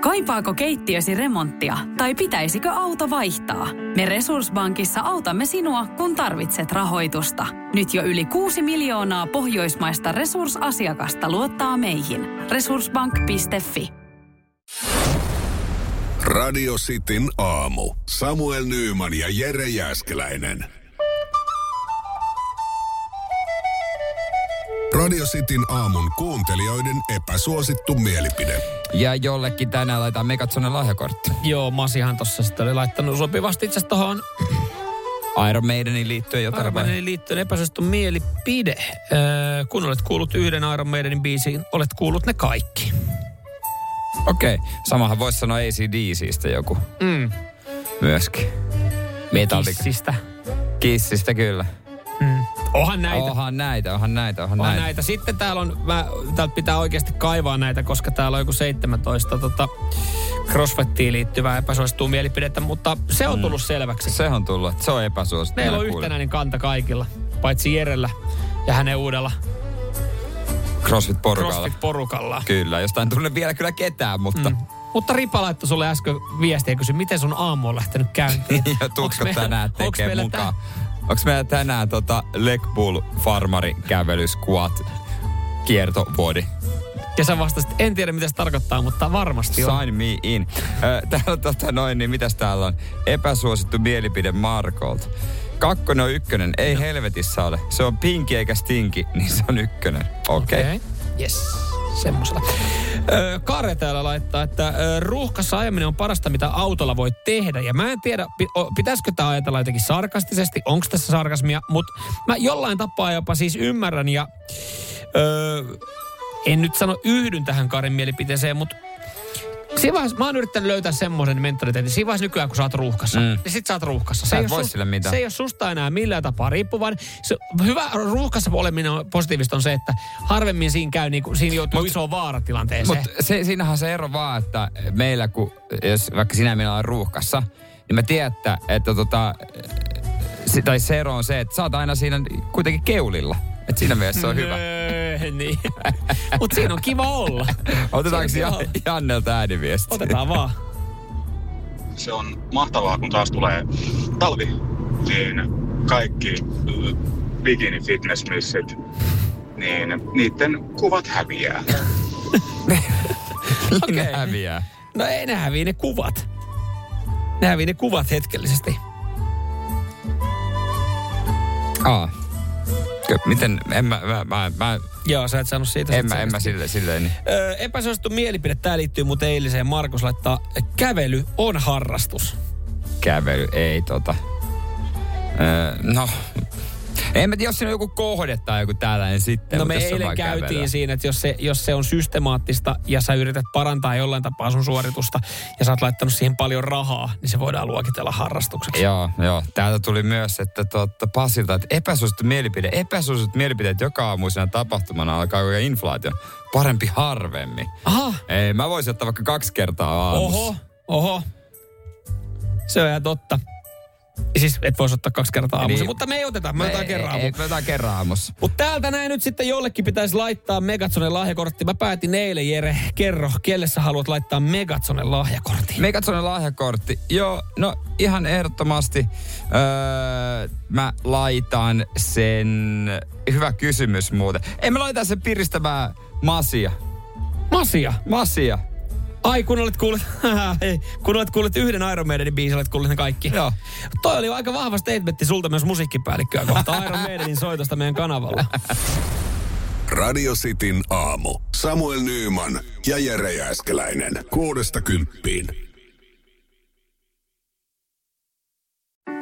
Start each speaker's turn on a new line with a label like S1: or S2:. S1: Kaipaako keittiösi remonttia tai pitäisikö auto vaihtaa? Me Resurssbankissa autamme sinua, kun tarvitset rahoitusta. Nyt jo yli 6 miljoonaa pohjoismaista resursasiakasta luottaa meihin. Resurssbank.fi
S2: Radio Cityn aamu. Samuel Nyyman ja Jere Jäskeläinen. Radio Cityn aamun kuuntelijoiden epäsuosittu mielipide.
S3: Ja jollekin tänään laitetaan Megatsonen lahjakortti.
S4: Joo, Masihan tossa sitten oli laittanut sopivasti itse asiassa tohon
S3: Iron Maidenin liittyen jotain.
S4: Iron Maidenin liittyen epäsuosittu mielipide. Öö, kun olet kuullut yhden Iron Maidenin biisin, olet kuullut ne kaikki.
S3: Okei, okay. samahan voisi sanoa ACDCistä joku
S4: Mm.
S3: myöskin. Metallic.
S4: Kissistä.
S3: Kissistä kyllä.
S4: Onhan näitä.
S3: Onhan näitä, onhan näitä, onhan,
S4: Näitä.
S3: näitä.
S4: näitä. Sitten täällä on, mä, täältä pitää oikeasti kaivaa näitä, koska täällä on joku 17 tota, crossfittiin liittyvää epäsuosittua mielipidettä, mutta se on tullut selväksi.
S3: Mm. Se on tullut, että se on epäsuosittu.
S4: Meillä on
S3: Minä kuulin.
S4: yhtenäinen kanta kaikilla, paitsi Jerellä ja hänen uudella
S3: CrossFit-porukalla.
S4: crossfit-porukalla.
S3: Kyllä, jostain tunne vielä kyllä ketään, mutta... Mm.
S4: Mutta Ripa laittoi sulle äsken viestiä ja kysyi, miten sun aamu on lähtenyt käyntiin.
S3: ja tutko
S4: Onks meillä-
S3: tänään
S4: onks
S3: tekee
S4: meillä
S3: mukaan. Onko meillä tänään tota Leg Bull Farmari kävely squat kiertovuodi?
S4: tää- Ja sä vastasit, en tiedä mitä se tarkoittaa, mutta varmasti on.
S3: Sign me in. Ö, Täällä on tota noin, niin mitäs täällä on? Epäsuosittu mielipide Markolta. Kakkonen on ykkönen, ei no. helvetissä ole. Se on pinki eikä stinki, niin se on ykkönen. Okei. Okay. Okay.
S4: Yes, semmoisella. Öö, Kare täällä laittaa, että öö, ruuhkassa ajaminen on parasta, mitä autolla voi tehdä. Ja mä en tiedä, pi- o- pitäisikö tämä ajatella jotenkin sarkastisesti, onko tässä sarkasmia, mutta mä jollain tapaa jopa siis ymmärrän ja öö, en nyt sano yhdyn tähän Karin mielipiteeseen, mutta Siinä vaiheessa, mä oon yrittänyt löytää semmoisen mentaliteetin. Siinä vaiheessa nykyään, kun sä oot ruuhkassa, mm.
S3: Mm.
S4: niin sit sä oot ruuhkassa.
S3: Sä
S4: ei
S3: et
S4: oo
S3: voi
S4: sus-
S3: sille mitään.
S4: Se ei ole susta enää millään tapaa riippuvan. Se, hyvä ruuhkassa oleminen on, positiivista on se, että harvemmin siinä käy, niin kuin, siinä joutuu mut, isoon vaaratilanteeseen.
S3: Mutta se, siinähän se ero vaan, että meillä kun, jos vaikka sinä ja minä ollaan ruuhkassa, niin mä tiedän, että, että tota, se, tai se ero on se, että sä oot aina siinä kuitenkin keulilla. Et siinä mielessä se on hyvä.
S4: Nöö, niin. Mutta siinä on kiva olla.
S3: Otetaanko
S4: Siinä on
S3: Jan,
S4: kiva olla.
S3: Jannelta ääniviesti?
S4: Otetaan vaan.
S5: se on mahtavaa, kun taas tulee talvi, niin kaikki ö, bikini fitnessmissit, niin niiden kuvat häviää.
S3: Ne
S4: Okei.
S3: häviää.
S4: No ei, ne hävii ne kuvat. Ne hävii ne kuvat hetkellisesti.
S3: Aa. Kö- Miten, en mä, mä, mä, mä
S4: Joo, sä et saanut siitä.
S3: en
S4: sit
S3: mä, en mä
S4: selvästi.
S3: sille, silleen. Niin.
S4: Öö, epäsuosittu mielipide, tämä liittyy muuten eiliseen. Markus laittaa, kävely on harrastus.
S3: Kävely, ei tota. Öö, no, en mä tiedä, jos siinä on joku kohde tai joku tällainen sitten.
S4: no
S3: mutta
S4: me
S3: jos se on
S4: eilen
S3: vaan
S4: käytiin
S3: kävelyä.
S4: siinä, että jos se, jos se on systemaattista ja sä yrität parantaa jollain tapaa sun suoritusta ja sä oot laittanut siihen paljon rahaa, niin se voidaan luokitella harrastukseksi.
S3: Joo, joo. Täältä tuli myös, että tuota, Pasilta, että epäsuosittu mielipide. Epäsuosittu mielipiteet joka aamuisena tapahtumana alkaa koko inflaatio. Parempi harvemmin.
S4: Aha,
S3: Ei, mä voisin ottaa vaikka kaksi kertaa aamussa.
S4: Ah. oho, oho. Se on ihan totta. Siis et voisi ottaa kaksi kertaa aamuisin,
S3: Niin.
S4: mutta me ei oteta, me otetaan kerran
S3: Ei,
S4: aamuisin.
S3: ei, mä otan kerran aamussa.
S4: Mutta täältä näin nyt sitten jollekin pitäisi laittaa Megatsonen lahjakortti. Mä päätin eilen, Jere, kerro, kelle sä haluat laittaa Megatsonen lahjakortin.
S3: Megatsonin lahjakortti. Joo, no ihan ehdottomasti. Öö, mä laitan sen... Hyvä kysymys muuten. Ei mä laita sen piristämään masia.
S4: Masia.
S3: Masia.
S4: Ai, kun olet kuullut, ei, kun olet kuullut yhden Iron Maidenin biisin, olet kuullut ne kaikki.
S3: Joo.
S4: Toi oli aika vahva statementti sulta myös musiikkipäällikköä kohtaan Iron Maidenin soitosta meidän kanavalla.
S2: Radio Cityn aamu. Samuel Nyyman ja Jere Jäskeläinen. Kuudesta kymppiin.